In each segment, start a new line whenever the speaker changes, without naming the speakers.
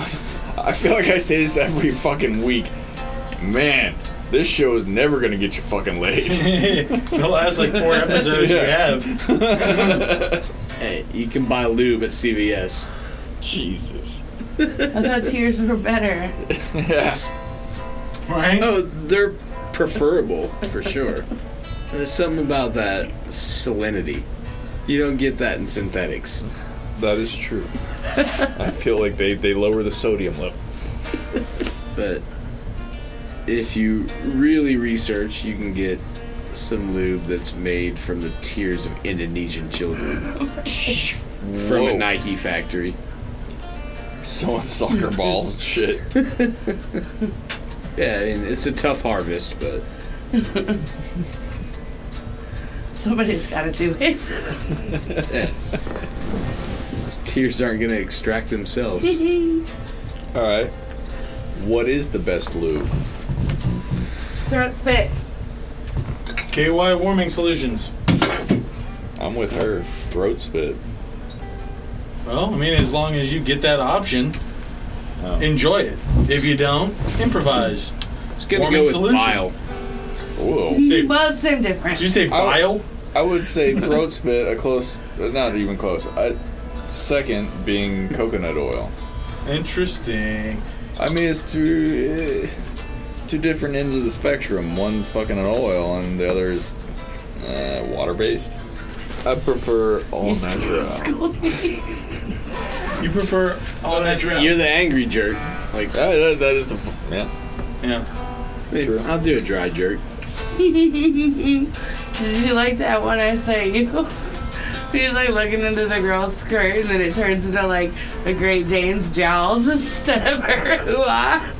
I feel like I say this every fucking week. Man, this show is never gonna get you fucking laid.
the last like four episodes
Yeah.
you have.
Hey, you can buy lube at CVS.
Jesus.
I thought tears were better.
Yeah.
Right?
Oh, they're preferable for sure. There's something about that salinity. You don't get that in synthetics.
That is true. I feel like they, they lower the sodium level.
But if you really research, you can get some lube that's made from the tears of Indonesian children from
Whoa.
a Nike factory.
Sewing soccer balls and shit.
Yeah, I mean, it's a tough harvest, but
Somebody's got to do it.
yeah. Those tears aren't going to extract themselves.
Alright. What is the best lube?
Throat spit.
KY Warming Solutions.
I'm with her. Throat spit.
Well, I mean, as long as you get that option,
Oh.
enjoy it. If you don't, improvise.
It's going to
Warming
go with
solution.
bile.
Whoa.
See-
Well, it's same
Did you
difference.
say bile?
I would say throat spit a close not even close. I, second being coconut oil.
Interesting.
I mean it's two eh, two different ends of the spectrum. One's fucking an oil and the other is uh, water based. I prefer all natural.
Schooled me.
You prefer all natural?
You're the angry jerk. Like,
That- that- that is the f- yeah.
Yeah.
True.
I'll do a dry jerk.
Did you like that one I sent you? He's like looking into the girl's skirt, and then it turns into like the Great Dane's jowls instead of her hoo-ah.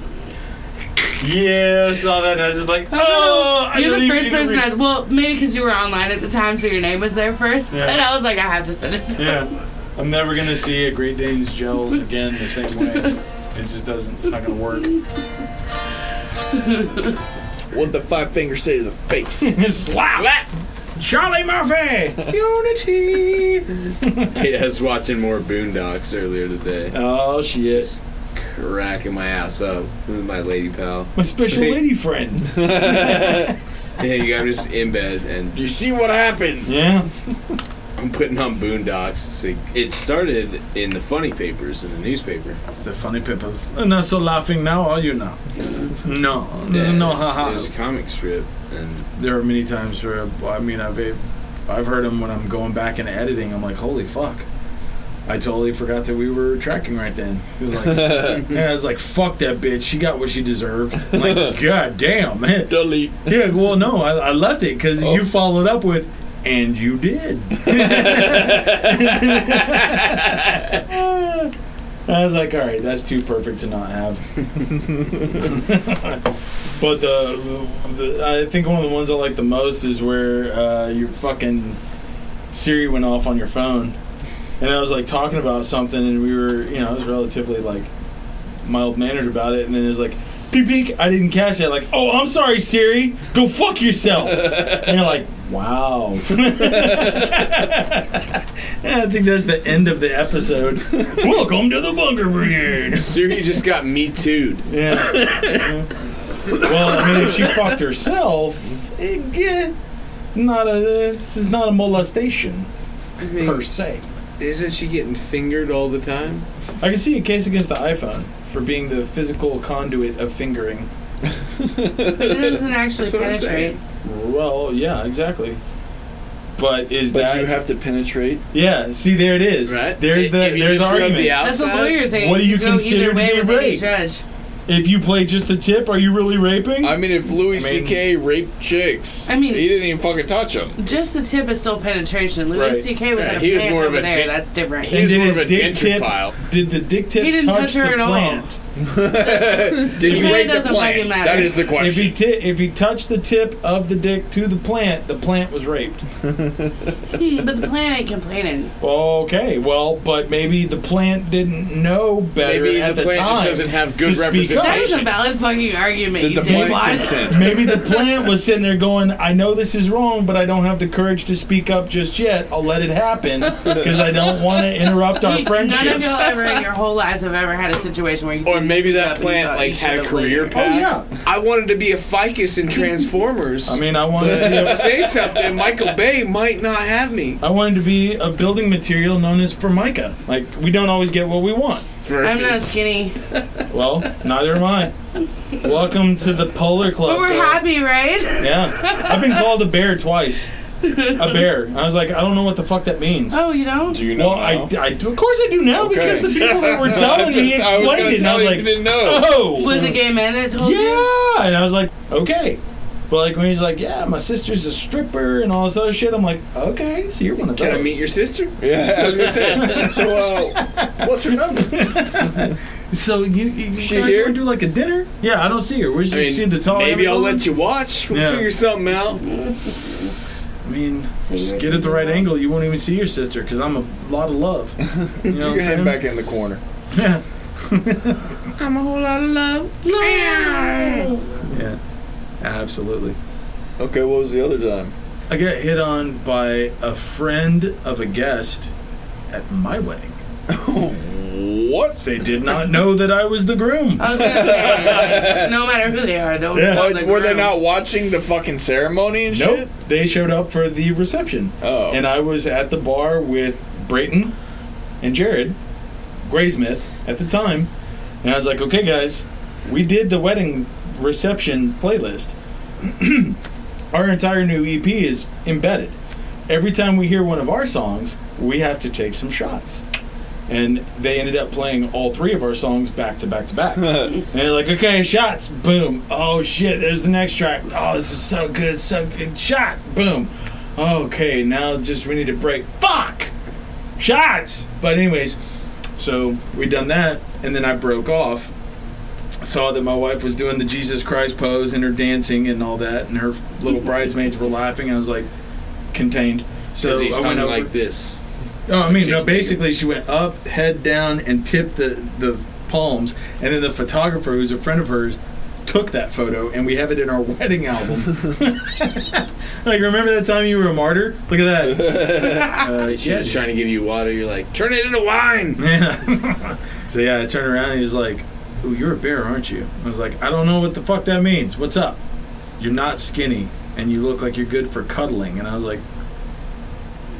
Yeah, I saw that and I was just like,
I don't know.
oh, I
you're
don't
the
even
first
need to
person.
read-
I, well, maybe because you were online at the time, so your name was there first.
Yeah.
But I was like, I have to send it. To
Yeah. I'm never going to see a Great Dane's gels again the same way. It just doesn't, it's not going to work.
What the five fingers say to the face?
Slap! Charlie Murphy!
Unity! Kate, I was watching more Boondocks earlier today.
Oh, she is.
Cracking my ass up with my lady pal.
My special
Hey.
lady friend.
Hey, I'm just in bed and
you see what happens?
Yeah.
I'm putting on Boondocks. See, It started in the funny papers in the newspaper.
Mm-hmm.
The funny peppers. And not so laughing now, are you now? No. no,
it was-
ha
It was a
ha.
comic strip, and
There are many times where, I mean, I've, I've heard them when I'm going back and editing. I'm like, holy fuck. I totally forgot that we were tracking right then. It was like, yeah, I was like, fuck that bitch. She got what she deserved. I'm like, god damn. Man.
Delete.
Yeah, well, no, I, I left it because
Oh.
you followed up with, and you did. I was like, all right, that's too perfect to not have. but the, the, I think one of the ones I like the most is where uh, your fucking Siri went off on your phone, and I was like talking about something, and we were, you know, I was relatively like mild mannered about it, and then it was like, beep beep, I didn't catch it. Like, oh, I'm sorry, Siri, go fuck yourself. and you're like, wow. And I think that's the end of the episode. Welcome to the Bunker Brigade.
Siri just got me too'd.
Yeah. well, I mean, if she fucked herself, it, yeah, not a, it's it's not a molestation
I
per
mean,
se.
isn't she getting fingered all the time?
I can see a case against the iPhone for being the physical conduit of fingering.
it doesn't actually
That's what I'm
penetrate.
saying.
Well, yeah, exactly. But is
But
that
you have to penetrate.
Yeah, see, there it is.
Right?
There's
If
the
you
there's
just
the
rub
argument.
the out-
That's a
Outside?
lawyer thing.
What do you
go
consider
either way
to be
with any
rape?
Judge.
if you play just the tip, are you really raping?
I mean, if Louis
I mean-
C.K. raped chicks,
I mean-
he didn't even fucking touch them.
Just the tip is still penetration. Louis
Right.
C.K. was
Yeah,
in a
he was
pants
more of
over
a
there.
dick-
That's different.
and did
more
his
of a
dick tip?
dentrophile.
Did the dick tip
He didn't touch her
the
at all.
plant?
Did
It
he
really
rape the
doesn't
plant?
fucking matter.
That is the
If
question.
he ti if he touched the tip of the dick to the plant, the plant was raped.
Hmm, but the plant ain't complaining.
Okay, well, but maybe the plant didn't know better
Maybe
at the,
the plant just
time.
doesn't have
to
good
speak up.
That is a
Patient.
valid fucking argument.
Did the
you
plant
dickwad.
consent?
Maybe the plant was sitting there going, I know this is wrong, but I don't have the courage to speak up just yet. I'll let it happen because I don't want to interrupt our
None of
friendship.
y'all ever in your whole lives have ever had a situation where you
Or
did
maybe
stuff
that
and you
plant
thought
like
you
had a
should've
career
later.
path. I wanted to be a ficus in Transformers.
I mean, I wanted to
But
be
if I
a,
say something, Michael Bay might not have me.
I wanted to be a building material known as formica. Like we don't always get what we want.
I'm not skinny.
Well, neither am I. Welcome to the Polar Club.
But we're
girl.
happy, right?
Yeah, I've been called a bear twice. A bear. I was like, I don't know what the fuck that means.
Oh, you know?
Do you know?
well, I, I do. Of course, I do now because the people that were telling me
Just- I was
explained
gonna
it. And I
tell you
was
if
like,
you didn't know.
oh,
Was a gay man that told you?
yeah, and I was like, okay. But like when he's like, yeah, my sister's a stripper and all this other shit, I'm like, okay, so you're one of those.
Can I meet your sister?
Yeah, I was gonna say. So, uh, what's her number?
So you, you
She
guys
here?
want to do like a dinner? Yeah, I don't see her. Where's
I
she?
mean,
see the tall?
maybe I'll let you watch. We'll
Yeah.
figure something out.
I mean, just get at the right angle. You won't even see your sister because I'm a lot of love. You know
You can
what
head
I'm saying?
back in the corner.
Yeah.
I'm a whole lot of love.
Yeah. Absolutely.
Okay, what was the other time?
I got hit on by a friend of a guest at my wedding.
What?
They did not know that I was the groom.
I was gonna say, like, no matter who they are, don't
Yeah.
call
Like,
the
were they
groom.
not watching the fucking ceremony and
Nope.
shit?
They showed up for the reception.
Oh.
And I was at the bar with Brayton and Jared Graysmith at the time. And I was like, okay, guys, we did the wedding reception playlist. our entire new EP is embedded. Every time we hear one of our songs, we have to take some shots. And they ended up playing all three of our songs back to back to back. and they're like, okay, shots, boom. Oh shit, there's the next track. Oh, this is so good, so good. Shot, boom. Okay, now just we need to break. Fuck! Shots! But, anyways, so we done that, and then I broke off. Saw that my wife was doing the Jesus Christ pose and her dancing and all that, and her little bridesmaids were laughing. I was like, contained. So
Because he
I
hung
went over.
like this.
Oh, I mean,
She
no.
was thinking-
Basically, she went up, head down, and tipped the the palms, and then the photographer, who's a friend of hers, took that photo, and we have it in our wedding album. like, remember that time you were a martyr? Look at that. uh,
She
yeah,
was trying to give you water. You're like, turn it into wine.
yeah. so yeah, I turned around and he's like, "Ooh, you're a bear, aren't you?" I was like, "I don't know what the fuck that means. What's up? You're not skinny, and you look like you're good for cuddling." And I was like,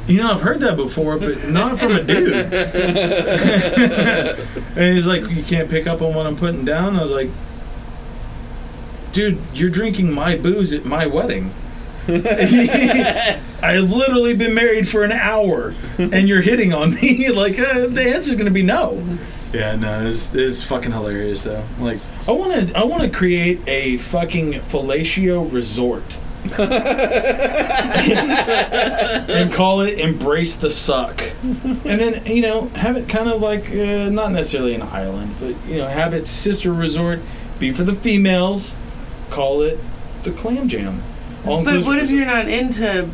"You know, I've heard that before, but not from a dude." and he's like, "You can't pick up on what I'm putting down." I was like, "Dude, you're drinking my booze at my wedding." I've literally been married for an hour, and you're hitting on me. like uh, the answer's gonna be no. Yeah, no, it's, it's fucking hilarious though. Like, I want to, I want to create a fucking fellatio resort, and call it "Embrace the Suck," and then you know have it kind of like uh, not necessarily an island, but you know have its sister resort be for the females. Call it the Clam Jam.
But
All-inclusive
what if
resort.
you're not into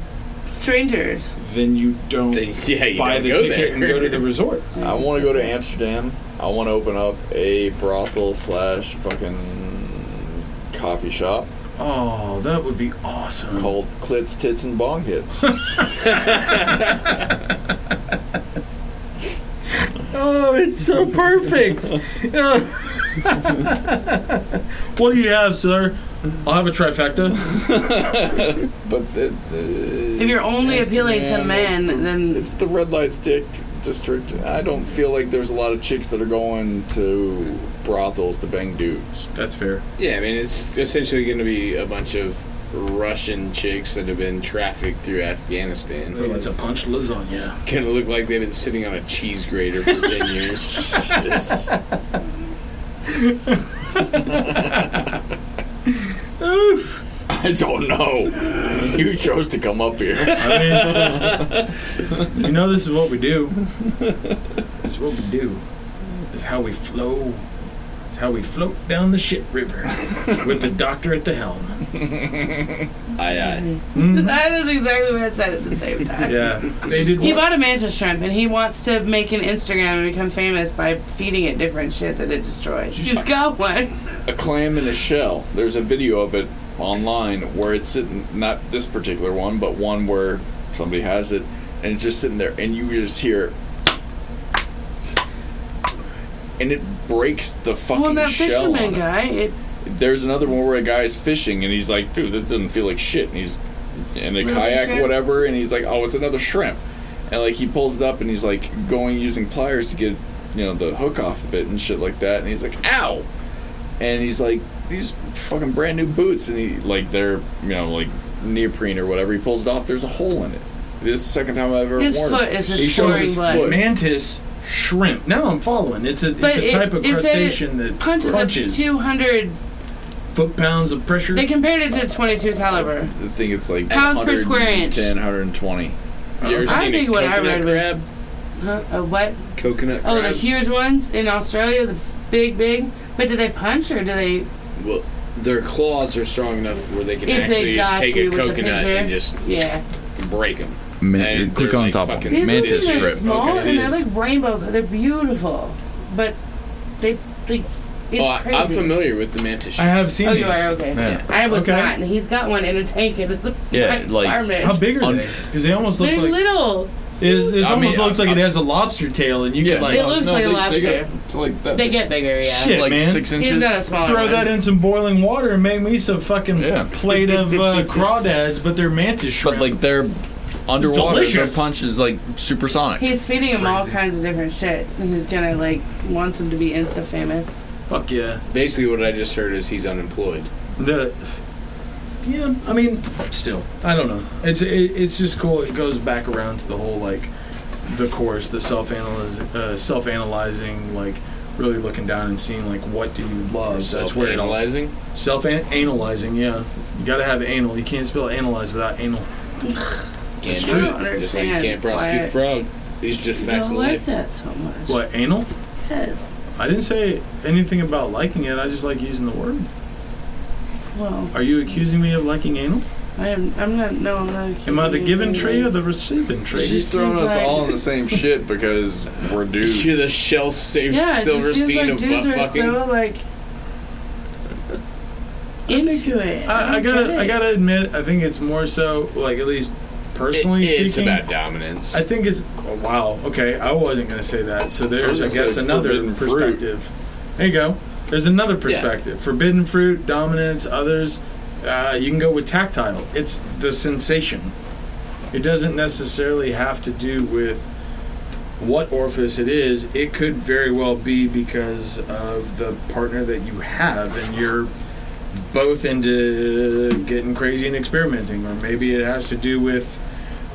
strangers?
Then you don't
Then, yeah, you
buy
don't
the
go
ticket
there.
and go to the resort.
I want to go to Amsterdam. I want to open up a brothel slash fucking coffee shop
Oh, that would be awesome.
called Clits, Tits, and Bong Hits.
Oh, it's so perfect. what do you have, sir? I'll have a trifecta.
but the, the,
If you're only appealing to
Amsterdam,
men,
it's the-
then-
it's the red light stick district. I don't feel like there's a lot of chicks that are going to brothels to bang dudes.
That's fair.
Yeah, I mean, it's essentially going to be a bunch of Russian chicks that have been trafficked through Afghanistan.
It's a punch lasagna.
Kind of look like they've been sitting on a cheese grater for 10 years. Just-
I
Oh,
don't know. You chose to come up here.
I mean, you know, this is what we do. This is what we do. It's how we flow. It's how we float down the shit river with the doctor at the helm.
aye, aye.
That is exactly what I said at the same time.
Yeah, they did.
He
what-
bought a mantis shrimp and he wants to make an Instagram and become famous by feeding it different shit that it destroys. She's got one.
A clam in a shell. There's a video of it online where it's sitting, not this particular one, but one where somebody has it and it's just sitting there and you just hear. and it breaks the fucking
Well, that
shell. on
fisherman
it.
guy, it
There's another one where a guy's fishing and he's like, dude, that doesn't feel like shit. And he's in a
Really
kayak,
shrimp?
whatever, and he's like, oh, it's another shrimp. And like he pulls it up and he's like going using pliers to get, you know, the hook off of it and shit like that. And he's like, ow. And he's like, these fucking brand new boots. And he, like, they're, you know, like neoprene or whatever. He pulls it off. There's a hole in it. This is the second time I've ever
His
worn
foot
it.
is just
he shows
pouring
his
blood.
foot.
Mantis shrimp. Now I'm following. It's a
But
it's a
it-
type of
it said it
crustacean that
punches up
crunches
200.
foot pounds of pressure.
They compared it to 22 caliber.
I think it's like
Pounds per square inch.
110, 120.
You ever
I
seen
think
a
what I
coconut
read was-
crab?
Huh? Uh, A what?
Coconut
Oh, the
crab?
huge ones in Australia, the big, big. But do they punch or do they?
Well, their claws are strong enough where they can
If they
actually just
got
take
you
a
with the
coconut
picture.
and just
Yeah,
break them.
Man,
And
click
they're
on
like
top of
fucking-
him.
these
Mantis
little things are
shrimp.
small
Okay, it
and they're
is.
like rainbow. They're beautiful, but they they. It's
oh, I-
crazy.
I'm familiar with the mantis.
I
shrimp.
have seen
Oh,
these.
you are okay.
Yeah.
I was
Okay.
not, and he's got one in a tank in his
Yeah, like-
apartment.
How big are
On-
they? Because they almost look
They're
like
little.
it's- it's
I
almost
mean,
looks
I-
like it has a lobster tail, and you
Yeah.
can like
oh,
It looks like a lobster.
It's like that.
They get bigger, yeah.
Shit.
like
man.
six
He's
inches.
not a smaller
throw
one.
that in some boiling water and make me some fucking
Yeah.
plate of uh, crawdads, but they're mantis shrimp.
but like they're underwater. Their
delicious.
punch is like supersonic.
He's feeding him all kinds of different shit, and he's gonna like wants him to be insta famous.
fuck yeah.
Basically, what I just heard is he's unemployed.
The yeah, I mean, still, I don't know. It's it, it's just cool. It goes back around to the whole like the course, the self analyze, uh, self analyzing, like really looking down and seeing like what do you love. That's where it all
analyzing.
self analyzing. Yeah, you got to have anal. You can't spell analyze without anal.
Can't
That's
do
true.
it.
I don't
Just like you
understand
can't prosecute
why-
a frog. He's just
I
facts
don't
of
like
life.
that so much.
What anal?
Yes.
I didn't say anything about liking it. I just like using the word.
Well,
Are you accusing me of liking anal?
I am. I'm not. No, I'm not.
Am I the giving tree or
the?
the receiving tree?
She's throwing us
Seems
all
like-
in the same shit because we're dudes.
You're the Shell Save
Yeah, it just seems
Silverstein
like
of
dudes
butt
are
fucking.
so like into it.
I, I gotta,
don't get
I
it.
gotta admit, I think it's more so like at least personally
It- it's
speaking.
about dominance.
I think it's oh, wow. Okay, I wasn't gonna say that. So there's, I,
gonna
guess,
say
another
forbidden fruit.
perspective. There you go. There's another perspective. Forbidden fruit, dominance. Others, uh, you can go with tactile. It's the sensation. It doesn't necessarily have to do with what orifice it is. It could very well be because of the partner that you have, and you're both into getting crazy and experimenting, or maybe it has to do with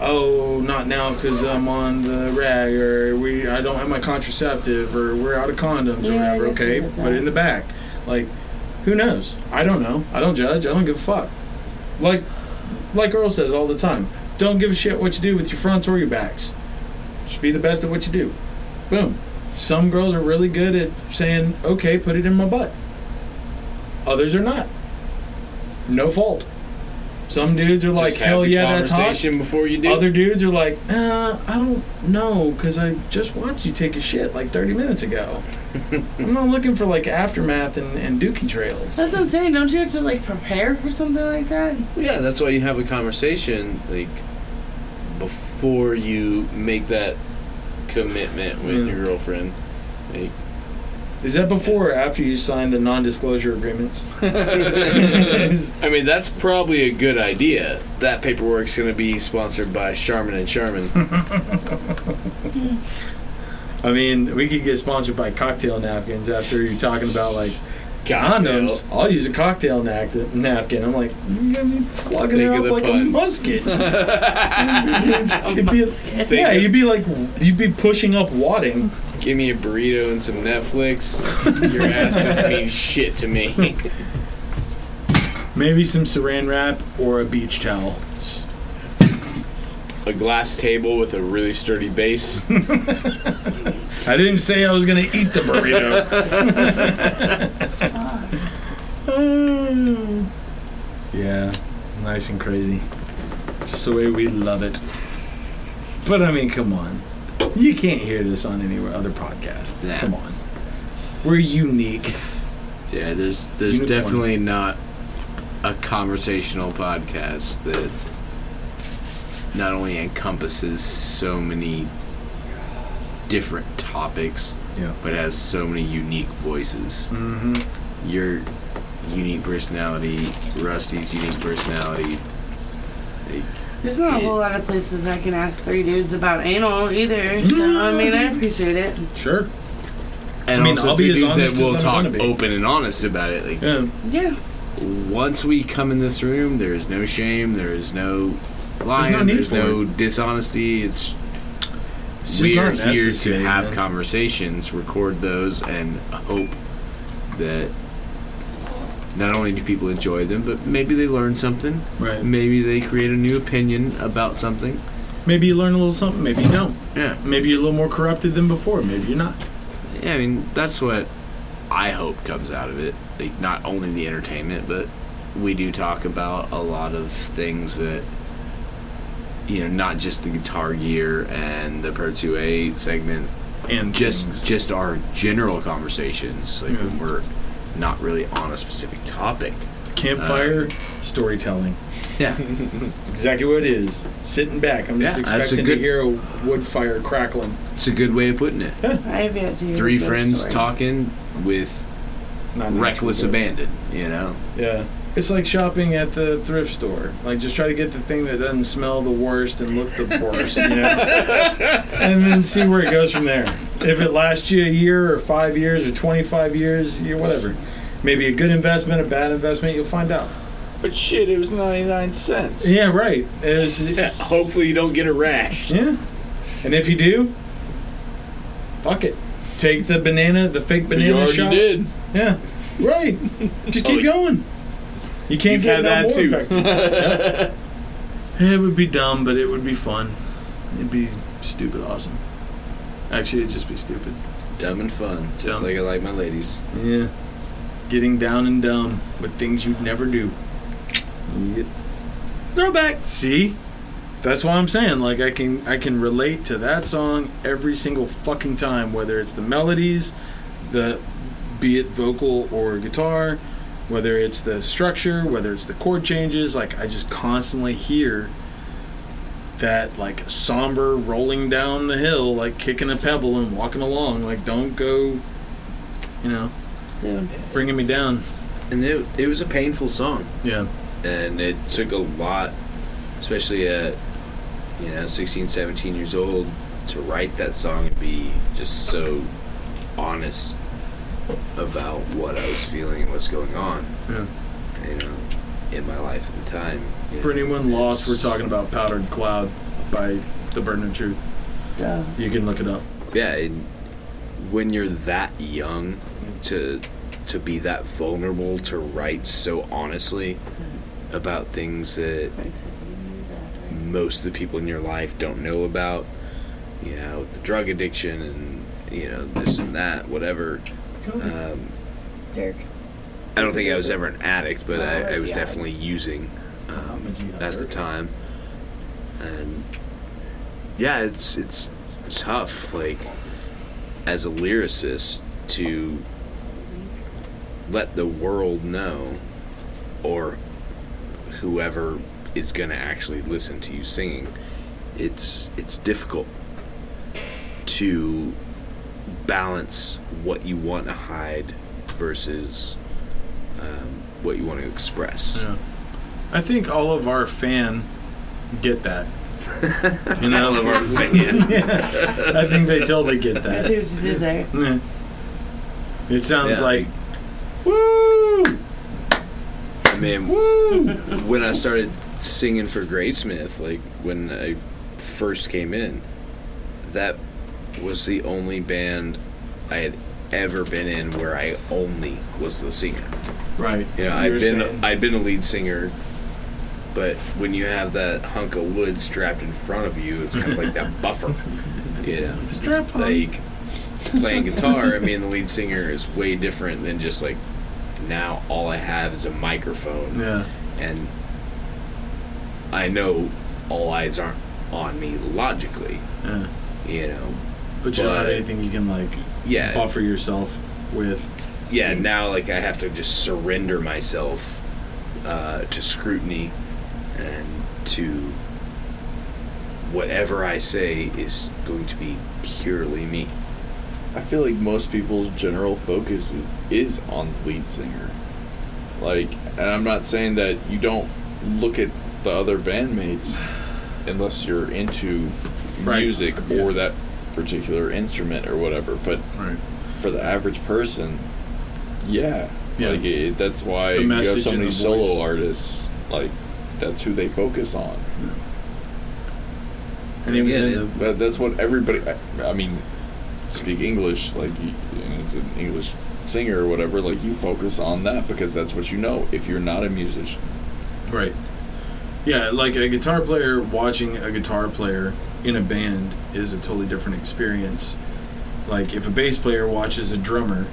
oh, not now because I'm on the rag, or we I don't have my contraceptive, or we're out of condoms,
Yeah,
or
I
whatever.
guess
Okay,
you have
put it in the back. Like, who knows? I don't know. I don't judge. I don't give a fuck. Like, like Earl says all the time, don't give a shit what you do with your fronts or your backs. Just be the best at what you do. Boom. Some girls are really good at saying, "Okay, put it in my butt." Others are not. No fault. Some dudes are
Just
like,
have
"Hell
the
yeah, that's hot."
conversation before you do.
Other dudes are like, uh, I don't know, because I just watched you take a shit like 30 minutes ago. I'm not looking for like aftermath and, and dookie trails.
That's what I'm saying. Don't you have to like prepare for something like that?
Yeah, that's why you have a conversation like before you make that commitment with
Mm.
your girlfriend. Like,
Is that before or after you sign the non disclosure agreements?
I mean, that's probably a good idea. That paperwork's going to be sponsored by Charmin and Charmin.
I mean, we could get sponsored by cocktail napkins after you're talking about like
Cocktail.
condoms. I'll use a cocktail nap- napkin. I'm like, you got me plugging
Think
it
of
up
the
like a
pun.
musket. You'd be,
Think
yeah,
of-
you'd be like, you'd be pushing up wadding.
Give me a burrito and some Netflix. Your ass doesn't mean shit to me.
Maybe some saran wrap or a beach towel.
a glass table with a really sturdy base.
I didn't say I was gonna eat the burrito. yeah, nice and crazy. It's just the way we love it. But I mean, come on. You can't hear this on any other podcast.
Nah.
Come on. We're unique.
Yeah, there's there's
Unicorn.
definitely not a conversational podcast that not only encompasses so many different topics
Yeah.
but has so many unique voices.
Mm-hmm.
Your unique personality, Rusty's unique personality. like,
There's not a whole lot of places I can ask three dudes about anal either. So I mean, I appreciate it.
Sure.
And
I mean,
also
I'll be
three
as
dudes
honest as
that will
I'm
talk
gonna be.
open and honest about it. Like
Yeah.
Yeah.
once we come in this room, there is no shame, there is no lying,
need
there's
for
no dishonesty. It's
It's just
we are
not
here to
necessary,
have
man.
conversations, record those, and hope that not only do people enjoy them, but maybe they learn something.
Right.
Maybe they create a new opinion about something.
Maybe you learn a little something. Maybe you don't.
Yeah.
Maybe you're a little more corrupted than before. Maybe you're not.
Yeah, I mean, that's what I hope comes out of it. Like, not only the entertainment, but we do talk about a lot of things that, you know, not just the guitar gear and the Pro 2A segments,
And
just
things.
just our general conversations. Like,
Yeah.
when we're not really on a specific topic.
campfire
uh,
storytelling.
Yeah.
That's exactly what it is. Sitting back, I'm just
Yeah, that's a
expecting
good-
to hear a wood fire crackling.
It's a good way of putting it.
I have yet to hear
Three
a ghost
friends
story.
talking with
Not an
reckless
actual ghost.
abandon, you know?
Yeah. It's like shopping at the thrift store. Like, just try to get the thing that doesn't smell the worst and look the worst, you know? and then see where it goes from there. If it lasts you a year or five years or 25 years, you whatever. Maybe a good investment, a bad investment, you'll find out.
But shit, it was 99 cents.
Yeah, right. It was-
Hopefully you don't get a rash.
Yeah. And if you do, fuck it. Take the banana, the fake banana
you already
shot.
did.
Yeah. Right. Just
Oh,
keep going. You can't
You've had
get
that
no more
too.
infected. Yeah. It would be dumb, but it would be fun. It'd be stupid awesome. Actually, it'd just be stupid.
Dumb and fun, just
Dumb.
like I like my ladies.
Yeah. Getting down and dumb with things you'd never do. Yep.
Throwback.
See? That's why I'm saying like I can I can relate to that song every single fucking time whether it's the melodies, the be it vocal or guitar, whether it's the structure, whether it's the chord changes, like I just constantly hear that like somber rolling down the hill like kicking a pebble and walking along like don't go you know
Soon.
bringing me down.
And it, it was a painful song.
Yeah.
and it took a lot especially at you know 16 17 years old to write that song and be just so honest about what i was feeling and what's going on
Yeah.
you know in my life at the time you
For
know,
anyone
it's-
lost, we're talking about Powdered Cloud by The Burden of Truth.
Duh.
You can look it up.
yeah and when you're that young to to be that vulnerable to write so honestly about things that
Makes it-
most of the people in your life don't know about, you know, the drug addiction and, you know, this and that, whatever. Um,
Dirk.
I don't think I was ever an addict, but I, I was
Yeah.
definitely using um, at the time. And yeah, it's it's tough, like as a lyricist, to let the world know, or whoever is going to actually listen to you singing. It's it's difficult to balance what you want to hide versus um, what you want to express.
Yeah. I think all of our fan get that. You know,
All of our fans.
I think they totally get
I see
that.
what you did there.
Yeah. It sounds
Yeah.
like, woo,
I mean,
woo.
when I started singing for Gradesmith, like when I first came in, that was the only band I had ever been in where I only was the singer.
Right.
You know,
were
I've been
saying-
I've been a lead singer, but when you have that hunk of wood strapped in front of you, it's kind of like that buffer. You know,
Strap on.
like playing guitar. I mean, the lead singer is way different than just like now. All I have is a microphone
yeah.
and I know all eyes aren't on me logically,
yeah.
you know.
But you don't have
But-
anything you can, like,
Yeah,
offer yourself with.
yeah. Now, like, I have to just surrender myself uh, to scrutiny and to whatever I say is going to be purely me.
I feel like most people's general focus is, is on lead singer. Like, and I'm not saying that you don't look at the other bandmates unless you're into
Right.
music or that particular instrument or whatever. But
Right.
for the average person, yeah,
Yeah.
like it, that's why
The
you have
message
so
and
many
the
solo
voice.
artists. Like, that's who they focus on.
And even
Yeah,
then
yeah.
the
That, that's what everybody. I, I mean, speak English like you, and it's an English singer or whatever. Like you focus on that because that's what you know. If you're not a musician,
Right. Yeah, like a guitar player watching a guitar player in a band is a totally different experience. Like if a bass player watches a drummer,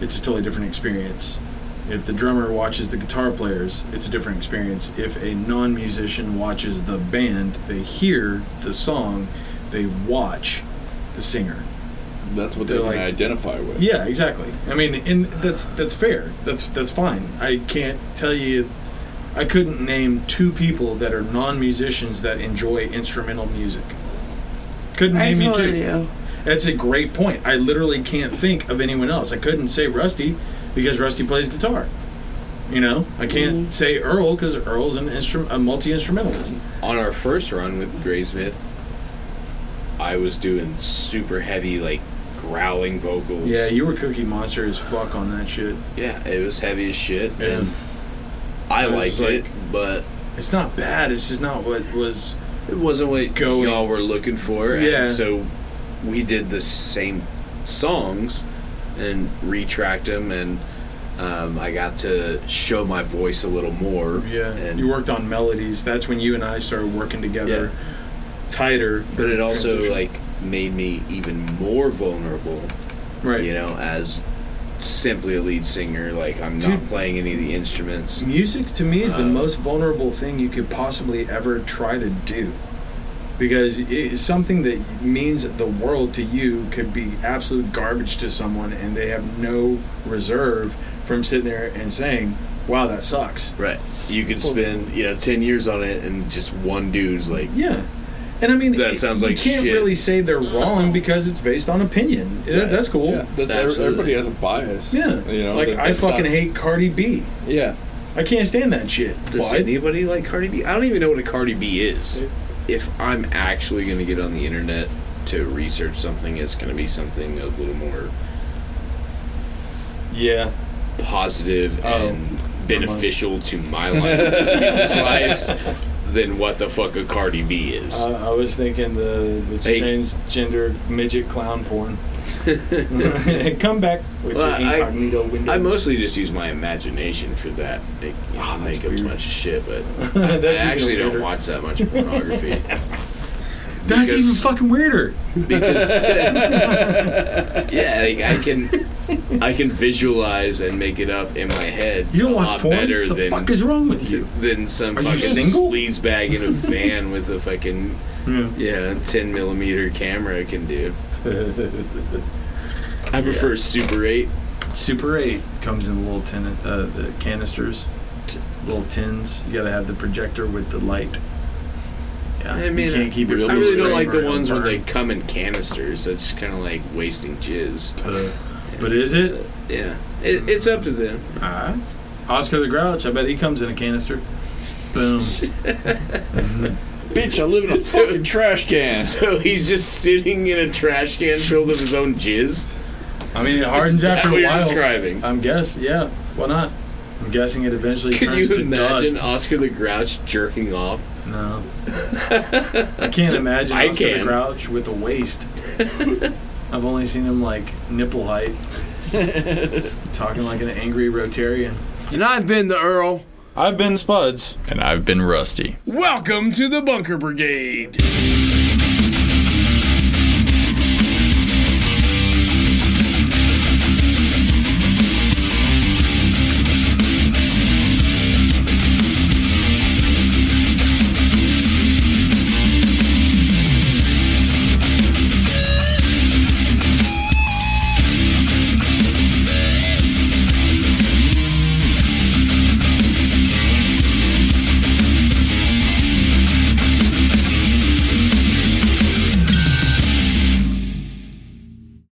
it's a totally different experience. If the drummer watches the guitar players, it's a different experience. If a non musician watches the band, they hear the song, they watch the singer.
that's what they
They're
can
like-
identify with.
Yeah, exactly. I mean, and that's that's fair. That's that's fine. I can't tell you. I couldn't name two people that are non-musicians that enjoy instrumental music. Couldn't
I
name you
told
two.
you.
That's a great point. I literally can't think of anyone else. I couldn't say Rusty because Rusty plays guitar. You know, I can't say Earl because Earl's an instrum- a multi-instrumentalist.
on our first run with Graysmith, I was doing super heavy, like growling vocals.
Yeah, you were Cookie Monster as fuck on that shit.
yeah, it was heavy as shit,
Yeah.
and I
It was
liked
like-
it, but
It's not bad. It's just not what was.
it wasn't what
Going-
y'all were looking for. and
Yeah.
so we did the same songs and retracked them, and um, I got to show my voice a little more.
Yeah,
and
you worked on melodies. That's when you and I started working together tighter.
but it also
Transition.
like made me even more vulnerable
right.
you know, as simply a lead singer. Like I'm not
Dude.
playing any of the instruments.
Music to me is the
Um,
most vulnerable thing you could possibly ever try to do. Because it's something that means the world to you could be absolute garbage to someone, and they have no reserve from sitting there and saying, "Wow, that sucks."
Right. You could spend, you know, ten years on it and just one dude's like
Yeah. And I mean,
That
it-
sounds
you
like
can't
shit.
really say they're wrong because it's based on opinion. Yeah,
Yeah.
That's cool.
Yeah, that's
Absolutely.
everybody has a bias.
Yeah.
you know,
like
that-
I
that's
fucking
not-
hate Cardi B.
Yeah,
I can't stand that shit.
Does
Why?
anybody like Cardi B? I don't even know what a Cardi B is. If I'm actually gonna get on the internet to research something, it's gonna be something a little more
Yeah.
positive
Oh.
and beneficial to my life and to people's lives than what the fuck a Cardi B is.
I, Uh, I was thinking the, the
Hey.
transgender midget clown porn. Come back with
Well,
your
I-
incognito windows.
I mostly just use my imagination for that. Like, you know, make up a bunch of shit, but I
Ah, That's even
actually
weirder.
don't watch that much pornography.
That's even
because-
fucking weirder.
because yeah, like I can I can visualize and make it up in my head.
You don't
a
watch
lot
porn?
better
the
than
fuck is wrong with you?
than some
Are you
fucking
single?
sleaze bag in a van with a fucking
Yeah.
yeah ten millimeter camera can do. I prefer Super Eight.
Super 8 comes in little tin, uh, the canisters, little tins. You gotta have the projector with the light. Yeah,
I mean,
you can't keep your
I really
face
don't
straight
like
or
the
it'll
ones where
burn.
they come in canisters. That's kind of like wasting jizz.
Uh, but is it?
Yeah, it, it's up to them.
Alright. Oscar the Grouch, I bet he comes in a canister. Boom.
bitch, I live in a fucking trash can.
So he's just sitting in a trash can filled with his own jizz.
I mean, it
Is
hardens
that
after
what
a
you're
while.
describing?
I'm guess, yeah. Why not? I'm guessing it eventually
Could
turns
you
to
imagine
dust.
Oscar the Grouch jerking off?
No, I can't imagine
I
Oscar the
can.
Grouch with a waist. I've only seen him like nipple height, talking like an angry Rotarian.
And I've been the Earl.
I've been Spuds.
And I've been rusty.
Welcome to the Bunker Brigade.